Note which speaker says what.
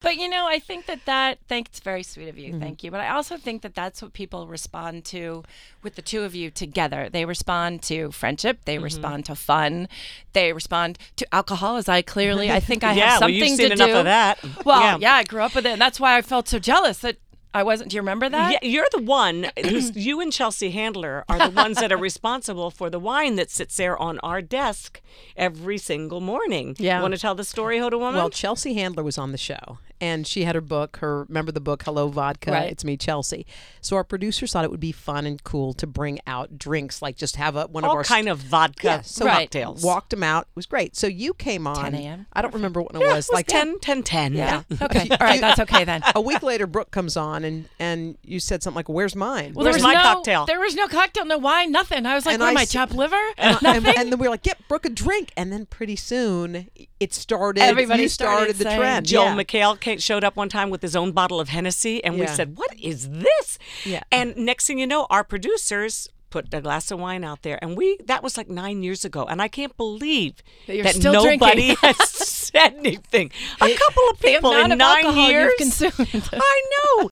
Speaker 1: but you know, I think that that thanks very sweet of
Speaker 2: Mm-hmm.
Speaker 1: you. Thank you. But I also think that that's what people respond to with the two of you together. They respond to friendship, they
Speaker 2: Mm-hmm.
Speaker 1: respond to fun, they respond to alcohol as I clearly I think I
Speaker 2: Yeah,
Speaker 1: have
Speaker 2: well,
Speaker 1: something
Speaker 2: you've seen
Speaker 1: to
Speaker 2: enough
Speaker 1: do.
Speaker 2: of that.
Speaker 1: Well,
Speaker 2: Yeah.
Speaker 1: yeah. I grew up with it and that's why I felt so jealous that I wasn't. Do you remember that?
Speaker 2: Yeah, you're the one. who's- you and Chelsea Handler are the ones that are responsible for the wine that sits there on our desk every single morning.
Speaker 1: Yeah.
Speaker 2: Want to tell the story, Hoda Woman?
Speaker 3: Well, Chelsea Handler was on the show, and she had her book. Her remember the book, Hello Vodka.
Speaker 1: Right.
Speaker 3: It's me, Chelsea. So our producers thought it would be fun and cool to bring out drinks, like just have a one of
Speaker 2: all
Speaker 3: our
Speaker 2: kind of vodka
Speaker 3: Yeah, so
Speaker 1: Right.
Speaker 2: cocktails.
Speaker 3: walked them out. It was great. So you came on.
Speaker 1: 10 a.m..
Speaker 3: I don't remember when it
Speaker 2: Yeah,
Speaker 3: was.
Speaker 2: it was
Speaker 3: like
Speaker 2: 10, 10, 10.
Speaker 1: Yeah. Okay. All right, that's okay then.
Speaker 3: A week later, Brooke comes on, and and you said something like, "Where's mine?"
Speaker 1: Well, there
Speaker 2: Where's
Speaker 1: was
Speaker 2: my
Speaker 1: no,
Speaker 2: cocktail?
Speaker 1: There was no cocktail, no wine, nothing. I was like,
Speaker 3: And
Speaker 1: what
Speaker 3: I
Speaker 1: am I,
Speaker 3: s-
Speaker 1: chopped liver?
Speaker 3: and, I- and-
Speaker 1: nothing?
Speaker 3: and then we were like, "Get Brooke a drink," and then pretty soon it started.
Speaker 1: Everybody
Speaker 3: you
Speaker 1: started
Speaker 3: started, the
Speaker 1: saying-
Speaker 3: trend.
Speaker 2: Joel
Speaker 3: yeah.
Speaker 2: McHale ca- showed up one time with his own bottle of Hennessy, and we
Speaker 3: Yeah.
Speaker 2: said, "What is this?"
Speaker 3: Yeah.
Speaker 2: And next thing you know, our producers put a glass of wine out there, and we—that was like nine years ago, and I can't believe
Speaker 1: That you're
Speaker 2: that
Speaker 1: still
Speaker 2: nobody
Speaker 1: drinking.
Speaker 2: has said anything. A couple of
Speaker 1: The
Speaker 2: people
Speaker 1: amount
Speaker 2: in
Speaker 1: of
Speaker 2: nine
Speaker 1: alcohol
Speaker 2: years
Speaker 1: you've consumed.
Speaker 2: I know.